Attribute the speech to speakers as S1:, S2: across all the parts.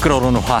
S1: 끓어오르는 화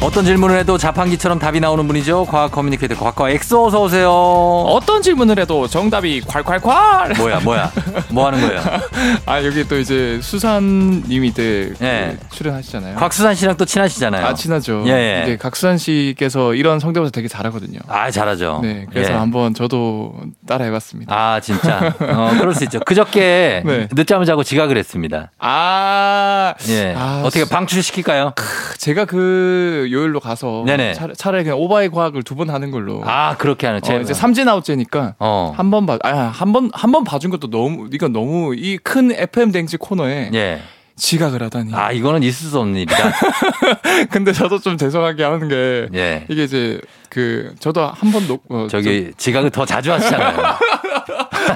S1: 어떤 질문을 해도 자판기처럼 답이 나오는 분이죠. 과학 커뮤니케이터 과학과 엑소 어서 오세요.
S2: 어떤 질문을 해도 정답이 콸콸콸.
S1: 뭐야 뭐야 뭐 하는 거예요?
S2: 아 여기 또 이제 수산님이 때
S1: 예.
S2: 출연하시잖아요.
S1: 곽수산 씨랑 또 친하시잖아요.
S2: 아 친하죠.
S1: 예, 예.
S2: 이제 각수산 씨께서 이런 성대모사 되게 잘하거든요.
S1: 아, 잘하죠.
S2: 네, 그래서
S1: 예.
S2: 한번 저도 따라해봤습니다.
S1: 아 진짜 어, 그럴 수 있죠. 그저께
S2: 네.
S1: 늦잠을 자고 지각을 했습니다.
S2: 아,
S1: 예.
S2: 아,
S1: 어떻게 방출시킬까요?
S2: 제가 그 요일로 가서
S1: 네네.
S2: 차, 차라리 그냥 오바의 과학을 두 번 하는 걸로.
S1: 아 그렇게 하는 제
S2: 어, 이제 삼진 아웃제니까
S1: 어.
S2: 한 번 봐, 아한번한 번 봐준 것도 너무 이건 너무 이 큰 FM 댕지 코너에
S1: 예.
S2: 지각을 하다니.
S1: 아 이거는 있을 수 없는 일이다.
S2: 근데 저도 좀 죄송하게 하는 게
S1: 예.
S2: 이게 이제 그 저도 한번 어,
S1: 저기 지각을 더 자주 하시잖아요.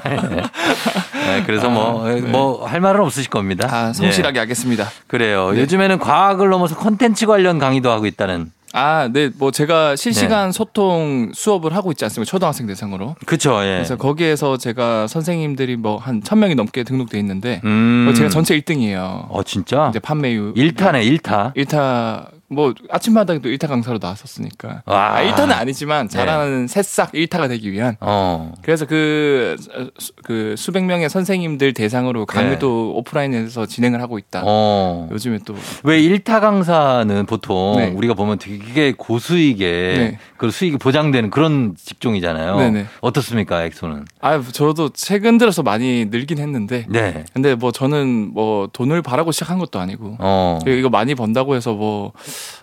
S1: 네, 그래서 뭐
S2: 아, 네.
S1: 뭐 할 말은 없으실 겁니다.
S2: 좀- 아 성실하게 네. 하겠습니다.
S1: 예, 그래요. 요즘에는 과학을 넘어서 콘텐츠 관련 강의도 하고 있다는.
S2: 아, 네, 뭐 제가 실시간
S1: 네.
S2: 소통 수업을 하고 있지 않습니까? 초등학생 대상으로.
S1: 그쵸. 예.
S2: 그래서 거기에서 제가 선생님들이 뭐 한 천명이 넘게 등록돼 있는데
S1: 음.
S2: 뭐 제가 전체 1등이에요.
S1: 어 진짜.
S2: 이제 판매율
S1: 일타네일타
S2: 1타 뭐 아침마당도 1타 강사로 나왔었으니까.
S1: 와.
S2: 아, 1타는 아니지만
S1: 네.
S2: 잘하는 새싹 1타가 되기 위한
S1: 어.
S2: 그래서 그, 어, 수- 그 수백 명의 선생님들 대상으로 강의도 오프라인에서 진행을 하고 있다.
S1: 네. 어.
S2: 요즘에 또.
S1: 왜 1타 강사는 보통
S2: 네.
S1: 우리가 보면 되게 고수익에
S2: 네.
S1: 그 수익이 보장되는 그런 직종이잖아요.
S2: 네네.
S1: 어떻습니까, 엑소는?
S2: 아, 저도 최근 들어서 많이 늘긴 했는데.
S1: 네.
S2: 근데 뭐 저는 뭐 돈을 바라고 시작한 것도 아니고.
S1: 어.
S2: 이거 많이 번다고 해서 뭐,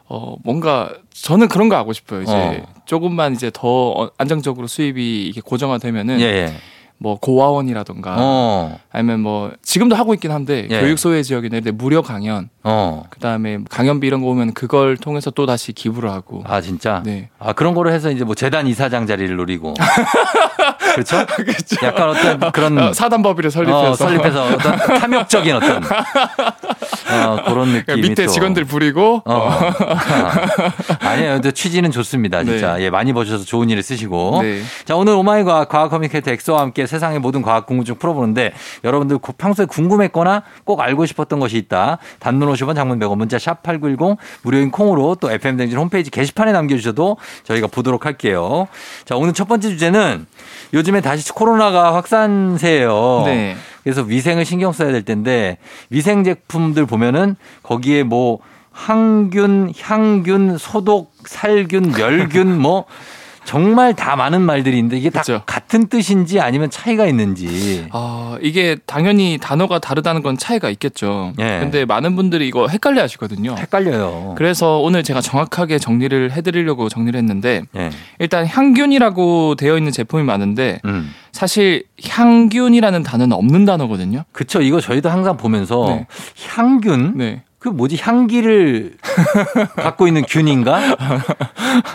S2: 어, 뭔가 저는 그런 거 하고 싶어요. 이제
S1: 어.
S2: 조금만 이제 더 어- 안정적으로 수입이 이게 고정화되면은
S1: 예, 예.
S2: 뭐 고아원이라던가
S1: 어.
S2: 아니면 뭐 지금도 하고 있긴 한데
S1: 예.
S2: 교육 소외 지역이나 이런 데 무료 강연
S1: 어.
S2: 그다음에 강연비 이런 거 오면 그걸 통해서 또 다시 기부를 하고
S1: 아, 진짜?
S2: 네.
S1: 아, 그런 거로 해서 이제 뭐 재단 이사장 자리를 노리고. 그렇죠?
S2: 그렇죠.
S1: 약간 어떤 그런
S2: 어, 사단법인을 설립해서
S1: 음. 어, 설립해서 어떤 탐욕적인 어떤 어, 그런
S2: 그러니까
S1: 느낌이
S2: 밑에
S1: 또.
S2: 직원들 부리고
S1: 어. 아니에요. 근데 취지는 좋습니다. 진짜. 예, 많이 버셔서 좋은 일에 쓰시고.
S2: 네.
S1: 자, 오늘 오마이 과학, 과학 커뮤니케이터 엑소와 함께 세상의 모든 과학 궁금증 풀어보는데 여러분들 고- 평소에 궁금했거나 꼭 알고 싶었던 것이 있다. 단문 50원, 장문 100원, 문자 샵8910 무료인 콩으로 또 FM댕진 홈페이지 게시판에 남겨주셔도 저희가 보도록 할게요. 자, 오늘 첫 번째 주제는 요즘에 다시 코로나가 확산세예요.
S2: 네.
S1: 그래서 위생을 신경 써야 될 텐데 위생 제품들 보면은 거기에 뭐 항균, 향균, 소독, 살균, 멸균 뭐 정말 다 많은 말들이 있는데 이게 다
S2: 그쵸.
S1: 같은 뜻인지 아니면 차이가 있는지.
S2: 아, 이게 당연히 단어가 다르다는 건 차이가 있겠죠.
S1: 예.
S2: 근데 많은 분들이 이거 헷갈려 하시거든요.
S1: 헷갈려요.
S2: 그래서 오늘 제가 정확하게 정리를 해드리려고 정리를 했는데
S1: 예.
S2: 일단 향균이라고 되어 있는 제품이 많은데
S1: 음.
S2: 사실 향균이라는 단어는 없는 단어거든요.
S1: 그쵸. 이거 저희도 항상 보면서
S2: 네.
S1: 향균?
S2: 네.
S1: 그 뭐지? 향기를 갖고 있는 균인가?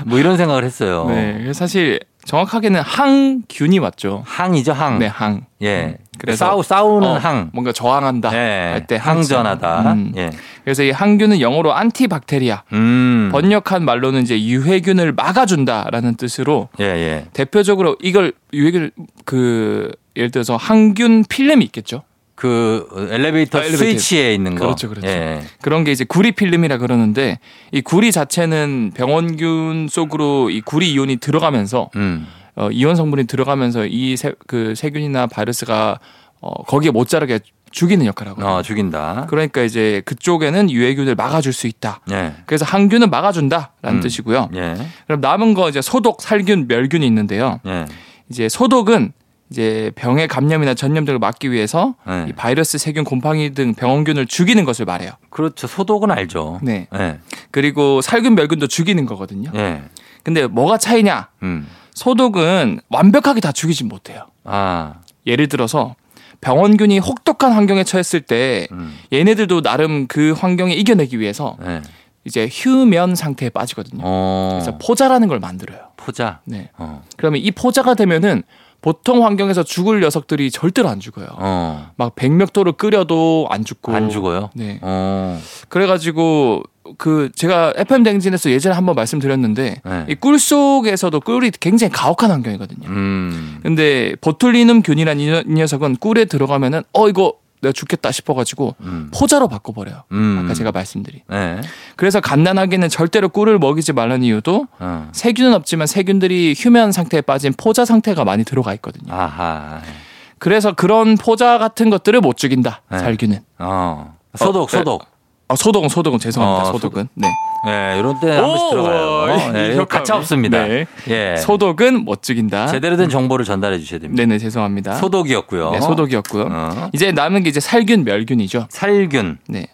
S1: 뭐 이런 생각을 했어요.
S2: 네. 그래서 사실 정확하게는 항균이 맞죠.
S1: 항이죠, 항.
S2: 네, 항.
S1: 예.
S2: 그래서
S1: 싸우, 싸우는
S2: 어,
S1: 항.
S2: 뭔가 저항한다
S1: 예,
S2: 할 때
S1: 항전하다.
S2: 음.
S1: 예.
S2: 그래서 이 항균은 영어로 안티박테리아
S1: 음.
S2: 번역한 말로는 이제 유해균을 막아준다라는 뜻으로
S1: 예, 예.
S2: 대표적으로 이걸 유해균 그 예를 들어서 항균 필름이 있겠죠
S1: 그 엘리베이터,
S2: 아, 엘리베이터.
S1: 스위치에 있는 거.
S2: 그렇죠, 그렇죠.
S1: 예.
S2: 그런 게 이제 구리 필름이라 그러는데 이 구리 자체는 병원균 속으로 이 구리 이온이 들어가면서
S1: 음.
S2: 어, 이온 성분이 들어가면서 이 그 세균이나 바이러스가 어, 거기에 못 자라게 죽이는 역할을 하고
S1: 어, 죽인다.
S2: 그러니까 이제 그쪽에는 유해균을 막아줄 수 있다.
S1: 예.
S2: 그래서 항균은 막아준다라는
S1: 음.
S2: 뜻이고요.
S1: 예.
S2: 그럼 남은 거 이제 소독, 살균, 멸균이 있는데요.
S1: 예.
S2: 이제 소독은 이제 병의 감염이나 전염 등을 막기 위해서
S1: 예.
S2: 이 바이러스, 세균, 곰팡이 등 병원균을 죽이는 것을 말해요.
S1: 그렇죠. 소독은 알죠.
S2: 네.
S1: 예.
S2: 그리고 살균, 멸균도 죽이는 거거든요.
S1: 예.
S2: 근데 뭐가 차이냐?
S1: 음.
S2: 소독은 완벽하게 다 죽이진 못해요.
S1: 아.
S2: 예를 들어서 병원균이 혹독한 환경에 처했을 때
S1: 음.
S2: 얘네들도 나름 그 환경에 이겨내기 위해서
S1: 예.
S2: 이제 휴면 상태에 빠지거든요.
S1: 어.
S2: 그래서 포자라는 걸 만들어요.
S1: 포자.
S2: 네.
S1: 어.
S2: 그러면 이 포자가 되면은 보통 환경에서 죽을 녀석들이 절대로 안 죽어요.
S1: 어.
S2: 막 백력도를 끓여도 안 죽고.
S1: 안 죽어요.
S2: 네.
S1: 어.
S2: 그래가지고 그 제가 FM 댕진에서 예전에 한번 말씀드렸는데
S1: 네.
S2: 이 꿀 속에서도 꿀이 굉장히 가혹한 환경이거든요.
S1: 음.
S2: 근데 버툴리눔 균이라는 이 녀- 이 녀석은 꿀에 들어가면은 어 이거 내가 죽겠다 싶어가지고
S1: 음.
S2: 포자로 바꿔버려요.
S1: 음.
S2: 아까 제가 말씀드린.
S1: 네.
S2: 그래서 갓난아기는 절대로 꿀을 먹이지 말라는 이유도
S1: 어.
S2: 세균은 없지만 세균들이 휴면 상태에 빠진 포자 상태가 많이 들어가 있거든요.
S1: 아하. 예.
S2: 그래서 그런 포자 같은 것들을 못 죽인다.
S1: 네.
S2: 살균은.
S1: 어. 소독,
S2: 어, 네.
S1: 소독.
S2: 아, 소독은 소독은 죄송합니다.
S1: 어,
S2: 소독은. 네.
S1: 예, 이런 때 한 번씩
S2: 오,
S1: 들어가요.
S2: 이
S1: 네,
S2: 효과음이.
S1: 가차 없습니다.
S2: 네.
S1: 예.
S2: 소독은 못 죽인다.
S1: 제대로 된 정보를 전달해 주셔야 됩니다.
S2: 네네 죄송합니다.
S1: 소독이었고요.
S2: 네, 소독이었고요.
S1: 어.
S2: 이제 남은 게 이제 살균 멸균이죠.
S1: 살균.
S2: 네.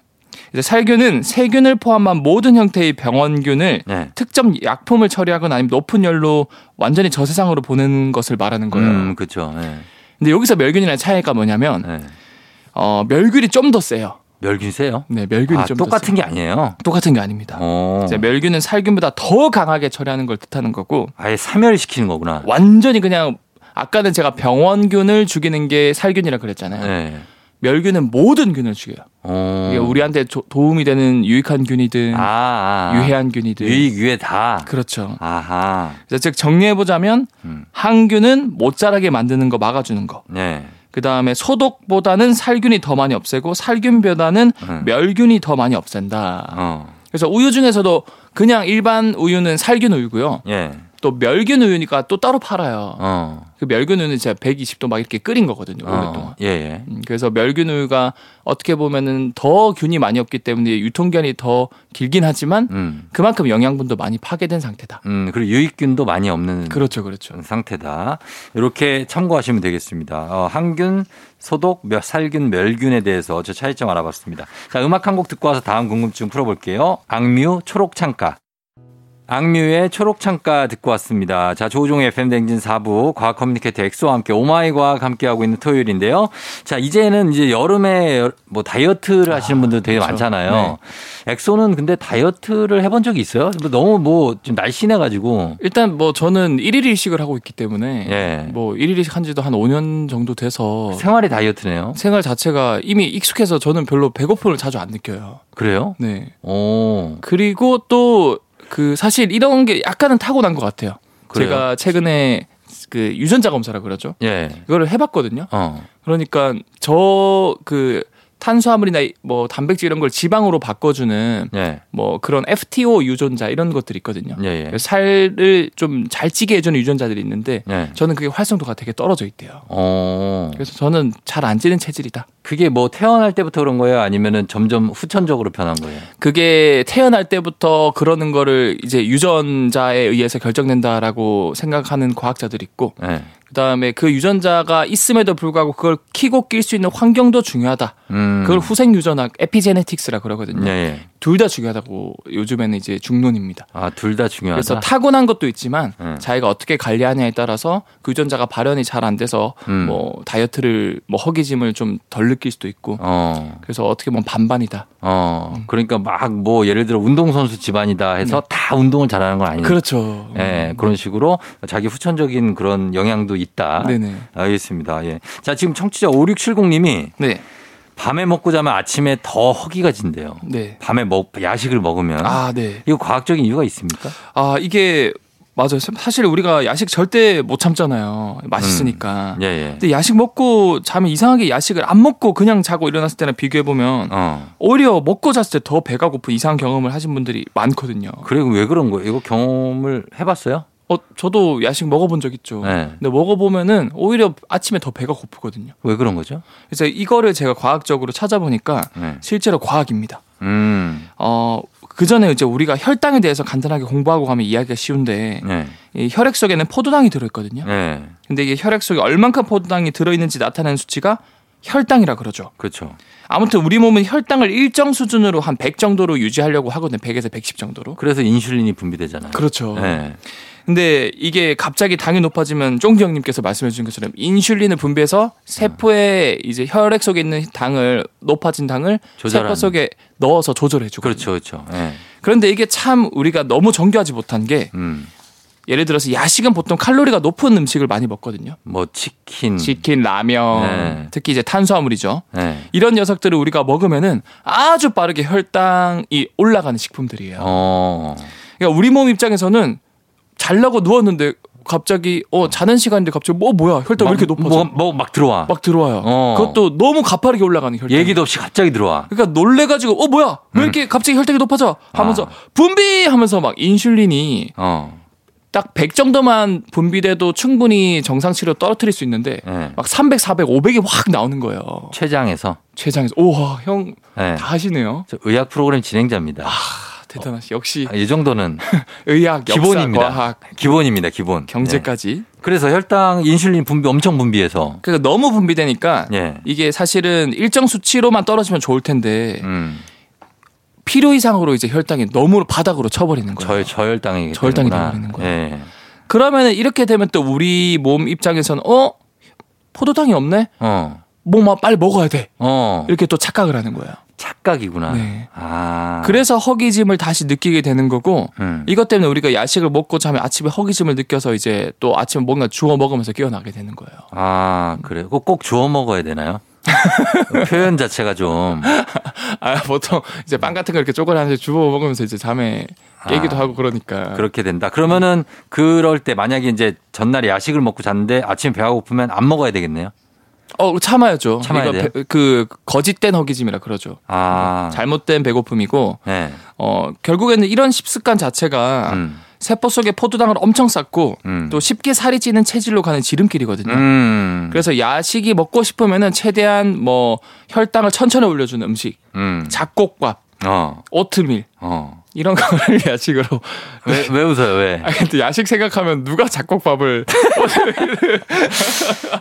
S2: 이제 살균은 세균을 포함한 모든 형태의 병원균을
S1: 네.
S2: 특정 약품을 처리하거나 아니면 높은 열로 완전히 저세상으로 보내는 것을 말하는 거예요.
S1: 음, 그렇죠. 예.
S2: 근데 여기서 멸균이랑 차이가 뭐냐면
S1: 예.
S2: 어, 멸균이 좀 더 세요.
S1: 멸균 세요?
S2: 네, 멸균이
S1: 아,
S2: 좀 더
S1: 똑같은
S2: 세요.
S1: 게 아니에요.
S2: 똑같은 게 아닙니다.
S1: 어.
S2: 이제 멸균은 살균보다 더 강하게 처리하는 걸 뜻하는 거고
S1: 아예 사멸시키는 거구나.
S2: 완전히 그냥 아까는 제가 병원균을 죽이는 게 살균이라 그랬잖아요.
S1: 네.
S2: 멸균은 모든 균을 죽여요.
S1: 어.
S2: 이게 우리한테 조- 도움이 되는 유익한 균이든
S1: 아, 아.
S2: 유해한 균이든
S1: 유익 유해 다.
S2: 그렇죠.
S1: 아하.
S2: 그래서 즉 정리해 보자면
S1: 음.
S2: 항균은 못 자라게 만드는 거 막아주는 거.
S1: 네.
S2: 그 다음에 소독보다는 살균이 더 많이 없애고 살균보다는
S1: 음.
S2: 멸균이 더 많이 없앤다.
S1: 어.
S2: 그래서 우유 중에서도 그냥 일반 우유는 살균 우유고요.
S1: 예.
S2: 또 멸균 우유니까 또 따로 팔아요.
S1: 어.
S2: 그 멸균 우유는 제가 120도 막 이렇게 끓인 거거든요. 오랫동안.
S1: 어. 예, 예.
S2: 음, 그래서 멸균 우유가 어떻게 보면은 더 균이 많이 없기 때문에 유통기한이 더 길긴 하지만
S1: 음.
S2: 그만큼 영양분도 많이 파괴된 상태다.
S1: 음, 그리고 유익균도 많이 없는
S2: 그렇죠, 그렇죠.
S1: 상태다. 이렇게 참고하시면 되겠습니다. 어, 항균, 소독, 멸- 살균, 멸균에 대해서 저 차이점 알아봤습니다. 자, 음악 한 곡 듣고 와서 다음 궁금증 풀어볼게요. 악뮤, 초록창가. 악뮤의 초록창가 듣고 왔습니다. 자, 조종의 FM댕진 4부, 과학 커뮤니케이터 엑소와 함께 오마이과학 함께하고 있는 토요일인데요. 자, 이제는 이제 여름에 여- 뭐 다이어트를 하시는 분들 되게
S2: 그렇죠. 네.
S1: 많잖아요. 엑소는 근데 다이어트를 해본 적이 있어요? 뭐 너무 뭐 좀 날씬해가지고.
S2: 일단 뭐 저는 일일 일식을 하고 있기 때문에
S1: 예.
S2: 뭐 일일 일식 한지도 한 5년 정도 돼서
S1: 생활이 다이어트네요.
S2: 생활 자체가 이미 익숙해서 저는 별로 배고픔을 자주 안 느껴요.
S1: 그래요?
S2: 네.
S1: 오.
S2: 그리고 또 그 사실 이런 게 약간은 타고난 것 같아요.
S1: 그래요?
S2: 제가 최근에 그 유전자 검사라 그러죠.
S1: 예.
S2: 이거를 해봤거든요.
S1: 어.
S2: 그러니까 저 그 탄수화물이나 이- 뭐 단백질 이런 걸 지방으로 바꿔주는
S1: 예.
S2: 뭐 그런 FTO 유전자 이런 것들이 있거든요.
S1: 예. 예.
S2: 살을 좀 잘 찌게 해주는 유전자들이 있는데
S1: 예.
S2: 저는 그게 활성도가 되게 떨어져 있대요.
S1: 어.
S2: 그래서 저는 잘 안 찌는 체질이다.
S1: 그게 뭐 태어날 때부터 그런 거예요? 아니면은 점점 후천적으로 변한 거예요?
S2: 그게 태어날 때부터 그러는 거를 이제 유전자에 의해서 결정된다라고 생각하는 과학자들이 있고
S1: 예.
S2: 그다음에 그 유전자가 있음에도 불구하고 그걸 키고 낄 수 있는 환경도 중요하다.
S1: 음.
S2: 그걸 후생 유전학 에피제네틱스라 그러거든요.
S1: 예. 예.
S2: 둘 다 중요하다고 요즘에는 이제 중론입니다.
S1: 아, 둘 다 중요하다.
S2: 그래서 타고난 것도 있지만
S1: 네.
S2: 자기가 어떻게 관리하냐에 따라서 그 유전자가 발현이 잘 안 돼서
S1: 음.
S2: 뭐 다이어트를 뭐 허기짐을 좀 덜 느낄 수도 있고
S1: 어.
S2: 그래서 어떻게 보면 반반이다.
S1: 어.
S2: 음.
S1: 그러니까 막 뭐 예를 들어 운동선수 집안이다 해서 다 운동을 잘하는 건 아니에요.
S2: 네. 그렇죠.
S1: 예, 그런 식으로 자기 후천적인 그런 영향도 있다.
S2: 네네.
S1: 알겠습니다. 예. 자, 지금 청취자 5670님이
S2: 네.
S1: 밤에 먹고 자면 아침에 더 허기가 진대요.
S2: 네.
S1: 밤에 먹 야식을 먹으면
S2: 아, 네.
S1: 이거 과학적인 이유가 있습니까?
S2: 아, 이게 맞아요. 사실 우리가 야식 절대 못 참잖아요. 맛있으니까.
S1: 예, 예.
S2: 근데 야식 먹고 자면 이상하게 야식을 안 먹고 그냥 자고 일어났을 때랑 비교해 보면
S1: 어.
S2: 오히려 먹고 잤을 때 더 배가 고픈 이상한 경험을 하신 분들이 많거든요.
S1: 그리고 왜 그런 거예요? 이거 경험을 해봤어요?
S2: 어, 저도 야식 먹어본 적 있죠.
S1: 네.
S2: 근데 먹어보면은 오히려 아침에 더 배가 고프거든요.
S1: 왜 그런 거죠?
S2: 그래서 이거를 제가 과학적으로 찾아보니까
S1: 네.
S2: 실제로 과학입니다.
S1: 음.
S2: 어, 그 전에 이제 우리가 혈당에 대해서 간단하게 공부하고 가면 이야기가 쉬운데
S1: 네.
S2: 이 혈액 속에는 포도당이 들어있거든요.
S1: 네.
S2: 근데 이게 혈액 속에 얼만큼 포도당이 들어있는지 나타내는 수치가 혈당이라 그러죠.
S1: 그렇죠.
S2: 아무튼 우리 몸은 혈당을 일정 수준으로 한 100 정도로 유지하려고 하거든요. 100에서 110 정도로.
S1: 그래서 인슐린이 분비되잖아요.
S2: 그렇죠.
S1: 네.
S2: 근데 이게 갑자기 당이 높아지면 쫑지 형님께서 말씀해 주신 것처럼 인슐린을 분비해서 세포에 이제 혈액 속에 있는 당을 높아진 당을
S1: 조절하는.
S2: 세포 속에 넣어서 조절해 주고
S1: 그렇죠. 그렇죠. 네.
S2: 그런데 이게 참 우리가 너무 정교하지 못한 게 이
S1: 음.
S2: 예를 들어서 야식은 보통 칼로리가 높은 음식을 많이 먹거든요.
S1: 뭐 치킨.
S2: 치킨, 라면,
S1: 네.
S2: 특히 이제 탄수화물이죠.
S1: 네.
S2: 이런 녀석들을 우리가 먹으면은 아주 빠르게 혈당이 올라가는 식품들이에요.
S1: 어.
S2: 그러니까 우리 몸 입장에서는 잘라고 누웠는데 갑자기 어 자는 시간인데 갑자기 뭐 뭐야 혈당 왜 이렇게
S1: 막- 뭐,
S2: 높아져?
S1: 뭐, 막 들어와.
S2: 막 들어와요.
S1: 어.
S2: 그것도 너무 가파르게 올라가는 혈당.
S1: 얘기도 없이 갑자기 들어와.
S2: 그러니까 놀래가지고 어 뭐야 왜 이렇게 갑자기 혈당이 높아져 하면서
S1: 아.
S2: 분비 하면서 막 인슐린이
S1: 어.
S2: 딱 100 정도만 분비돼도 충분히 정상치로 떨어뜨릴 수 있는데
S1: 예.
S2: 막 300, 400, 500이 확 나오는 거예요.
S1: 췌장에서.
S2: 최장에서 우와 형 다
S1: 예.
S2: 하시네요.
S1: 저 의학 프로그램 진행자입니다.
S2: 아, 대단하시 역시
S1: 이 정도는
S2: 의학, 역사,
S1: 기본입니다.
S2: 과학,
S1: 기본입니다, 기본. 예.
S2: 경제까지.
S1: 그래서 혈당, 인슐린 분비 엄청 분비해서.
S2: 그러니까 너무 분비되니까
S1: 예.
S2: 이게 사실은 일정 수치로만 떨어지면 좋을 텐데
S1: 음.
S2: 필요 이상으로 이제 혈당이 너무 바닥으로 쳐버리는 거예요.
S1: 저, 저혈당이.
S2: 저혈당이
S1: 되는구나.
S2: 되는 거예요.
S1: 예.
S2: 그러면 이렇게 되면 또 우리 몸 입장에서는 어 포도당이 없네
S1: 어.
S2: 뭐만 빨리 먹어야 돼
S1: 어.
S2: 이렇게 또 착각을 하는 거예요.
S1: 착각이구나.
S2: 네.
S1: 아.
S2: 그래서 허기짐을 다시 느끼게 되는 거고
S1: 음.
S2: 이것 때문에 우리가 야식을 먹고 자면 아침에 허기짐을 느껴서 이제 또 아침에 뭔가 주워 먹으면서 깨어나게 되는 거예요.
S1: 아, 그래. 꼭, 꼭 주워 먹어야 되나요? 표현 자체가 좀.
S2: 아 보통 이제 빵 같은 거 이렇게 쪼그라서 주워 먹으면서 이제 잠에 깨기도
S1: 아.
S2: 하고 그러니까
S1: 그렇게 된다. 그러면은 그럴 때 만약에 이제 전날에 야식을 먹고 잤는데 아침에 배가 고프면 안 먹어야 되겠네요.
S2: 어 참아야죠.
S1: 참아야
S2: 이거
S1: 돼요?
S2: 배- 그 거짓된 허기짐이라 그러죠.
S1: 아.
S2: 잘못된 배고픔이고
S1: 네.
S2: 어 결국에는 이런 식습관 자체가
S1: 음.
S2: 세포 속에 포도당을 엄청 쌓고
S1: 음.
S2: 또 쉽게 살이 찌는 체질로 가는 지름길이거든요.
S1: 음.
S2: 그래서 야식이 먹고 싶으면은 최대한 뭐 혈당을 천천히 올려주는 음식,
S1: 음.
S2: 잡곡밥,
S1: 어.
S2: 오트밀
S1: 어.
S2: 이런 거를 야식으로.
S1: 왜, 왜 웃어요? 왜?
S2: 아 근데 야식 생각하면 누가 잡곡밥을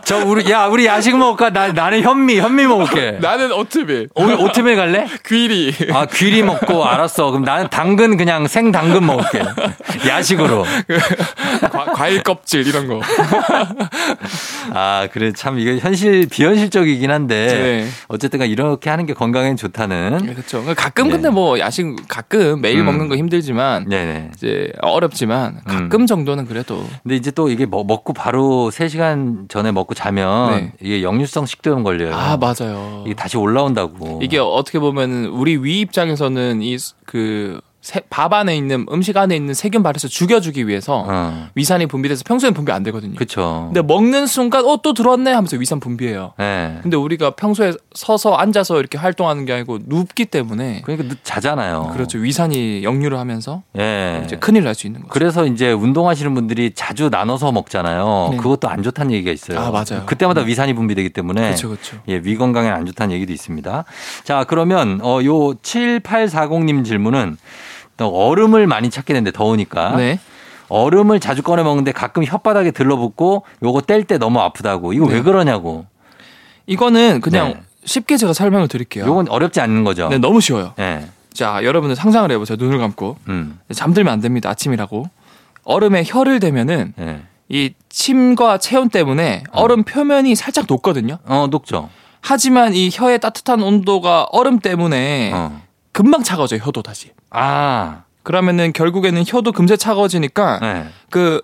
S1: 저 우리 야, 우리 야식 먹을까? 나 나는 현미, 현미 먹을게.
S2: 나는 오트밀,
S1: 오늘 오트밀 갈래?
S2: 귀리.
S1: 아, 귀리 먹고 알았어. 그럼 나는 당근 그냥 생 당근 먹을게. 야식으로.
S2: 과- 과일 껍질 이런 거.
S1: 아, 그래. 참, 이거 현실, 비현실적이긴 한데.
S2: 네.
S1: 어쨌든 간에 이렇게 하는 게 건강엔 좋다는.
S2: 그렇죠. 가끔
S1: 네.
S2: 근데 뭐 야식 가끔 매일
S1: 음.
S2: 먹는 거 힘들지만
S1: 네네. 음.
S2: 이제 어렵지만 가끔 정도는 그래도
S1: 근데 이제 또 이게 먹- 먹고 바로 3시간 전에 먹고 자면
S2: 네.
S1: 이게 역류성 식도염 걸려요.
S2: 아 맞아요.
S1: 이게 다시 올라온다고.
S2: 이게 어떻게 보면 우리 위 입장에서는 이 그 밥 안에 있는 음식 안에 있는 세균 발에서 죽여주기 위해서
S1: 어,
S2: 위산이 분비돼서 평소엔 분비 안 되거든요.
S1: 그쵸.
S2: 근데 먹는 순간 어 또 들어왔네 하면서 위산 분비해요.
S1: 네.
S2: 근데 우리가 평소에 서서 앉아서 이렇게 활동하는 게 아니고 눕기 때문에
S1: 그러니까 늦- 자잖아요.
S2: 그렇죠 위산이 역류를 하면서
S1: 예.
S2: 이제 큰일 날 수 있는 거죠.
S1: 그래서 이제 운동하시는 분들이 자주 나눠서 먹잖아요.
S2: 네.
S1: 그것도 안 좋다는 얘기가 있어요.
S2: 아, 맞아요.
S1: 그때마다 위산이 분비되기 때문에
S2: 그렇죠, 그렇죠.
S1: 예, 위 건강에 안 좋다는 얘기도 있습니다. 자, 그러면 어, 요 7840님 질문은 또 얼음을 많이 찾게 되는데 더우니까
S2: 네.
S1: 얼음을 자주 꺼내 먹는데 가끔 혓바닥에 들러붙고 요거 뗄 때 너무 아프다고 이거
S2: 네.
S1: 왜 그러냐고
S2: 이거는 그냥
S1: 네.
S2: 쉽게 제가 설명을 드릴게요.
S1: 요건 어렵지 않는 거죠.
S2: 네, 너무 쉬워요.
S1: 예.
S2: 자, 여러분들 상상을 해보세요. 눈을 감고 네,
S1: 음.
S2: 잠들면 안 됩니다. 아침이라고 얼음에 혀를 대면은
S1: 예.
S2: 이 침과 체온 때문에 얼음 표면이 살짝 녹거든요.
S1: 어 녹죠.
S2: 하지만 이 혀의 따뜻한 온도가 얼음 때문에
S1: 어.
S2: 금방 차가워져요. 혀도 다시.
S1: 아.
S2: 그러면은 결국에는 혀도 금세 차가워지니까
S1: 예.
S2: 그,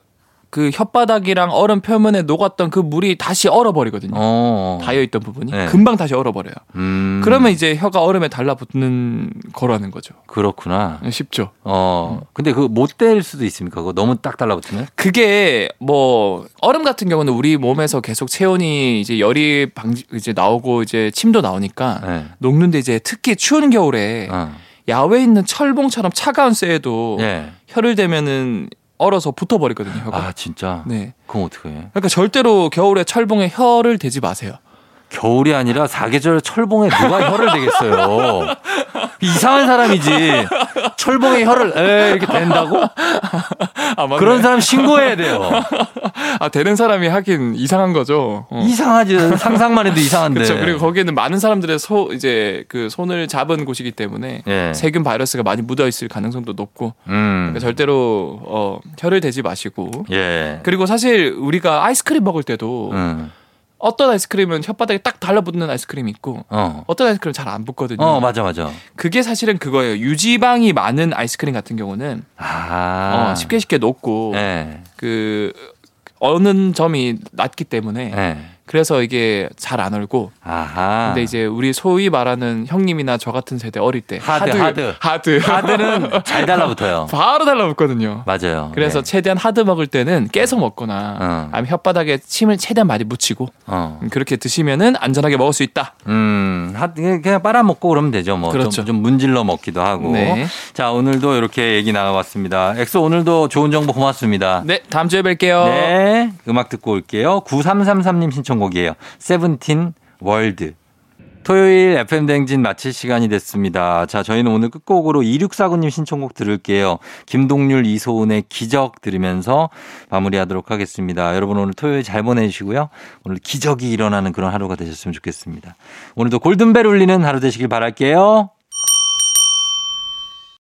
S2: 그 혓바닥이랑 얼음 표면에 녹았던 그 물이 다시 얼어버리거든요.
S1: 어.
S2: 닿여있던 부분이
S1: 네.
S2: 금방 다시 얼어버려요.
S1: 음.
S2: 그러면 이제 혀가 얼음에 달라붙는 거라는 거죠.
S1: 그렇구나.
S2: 쉽죠.
S1: 어. 근데 그 못 뗄 수도 있습니까? 그거 너무 딱 달라붙으면?
S2: 그게 뭐 얼음 같은 경우는 우리 몸에서 계속 체온이 이제 열이 방지 이제 나오고 이제 침도 나오니까
S1: 예.
S2: 녹는데 이제 특히 추운 겨울에
S1: 어.
S2: 야외에 있는 철봉처럼 차가운 쇠에도
S1: 예.
S2: 혀를 대면은 얼어서 붙어버리거든요. 혀가.
S1: 아 진짜.
S2: 네.
S1: 그럼 어떻게 해?
S2: 그러니까 절대로 겨울에 철봉에 혀를 대지 마세요.
S1: 겨울이 아니라 사계절 철봉에 누가 혀를 대겠어요. 이상한 사람이지. 철봉에 혀를 에 이렇게 댄다고?
S2: 아, 맞네.
S1: 그런 사람 신고해야 돼요.
S2: 아 되는 사람이 하긴 이상한 거죠. 어.
S1: 이상하지. 상상만 해도 이상한데.
S2: 그렇죠. 그리고 거기에는 많은 사람들의 소 이제 그 손을 잡은 곳이기 때문에
S1: 예.
S2: 세균 바이러스가 많이 묻어 있을 가능성도 높고
S1: 음.
S2: 그러니까 절대로 어, 혀를 대지 마시고
S1: 예.
S2: 그리고 사실 우리가 아이스크림 먹을 때도
S1: 음.
S2: 어떤 아이스크림은 혓바닥에 딱 달라붙는 아이스크림이 있고
S1: 어.
S2: 어떤 아이스크림 은 잘 안 붙거든요.
S1: 어, 맞아, 맞아.
S2: 그게 사실은 그거예요. 유지방이 많은 아이스크림 같은 경우는
S1: 아.
S2: 어, 쉽게 쉽게 녹고
S1: 예.
S2: 그 어는 점이 낮기 때문에
S1: 예.
S2: 그래서 이게 잘 안 얼고
S1: 아하.
S2: 근데 이제 우리 소위 말하는 형님이나 저 같은 세대 어릴 때
S1: 하드, 하드.
S2: 하드
S1: 카드는 잘 달라붙어요.
S2: 바로 달라붙거든요.
S1: 맞아요.
S2: 그래서
S1: 네.
S2: 최대한 하드 먹을 때는 깨서 먹거나
S1: 어.
S2: 아니면 혓바닥에 침을 최대한 많이 묻히고 음,
S1: 어.
S2: 그렇게 드시면은 안전하게 먹을 수 있다.
S1: 음, 하- 그냥 빨아먹고 그러면 되죠. 뭐.
S2: 그렇죠.
S1: 좀, 좀 문질러 먹기도 하고.
S2: 네.
S1: 자, 오늘도 이렇게 얘기 나와봤습니다. 엑소 오늘도 좋은 정보 고맙습니다.
S2: 네, 다음 주에 뵐게요.
S1: 네, 음악 듣고 올게요. 9333님 신청곡이에요. 세븐틴 월드. 토요일 FM 댕진 마칠 시간이 됐습니다. 자, 저희는 오늘 끝곡으로 2649님 신청곡 들을게요. 김동률 이소은의 기적 들으면서 마무리하도록 하겠습니다. 여러분 오늘 토요일 잘 보내주시고요. 오늘 기적이 일어나는 그런 하루가 되셨으면 좋겠습니다. 오늘도 골든벨 울리는 하루 되시길 바랄게요.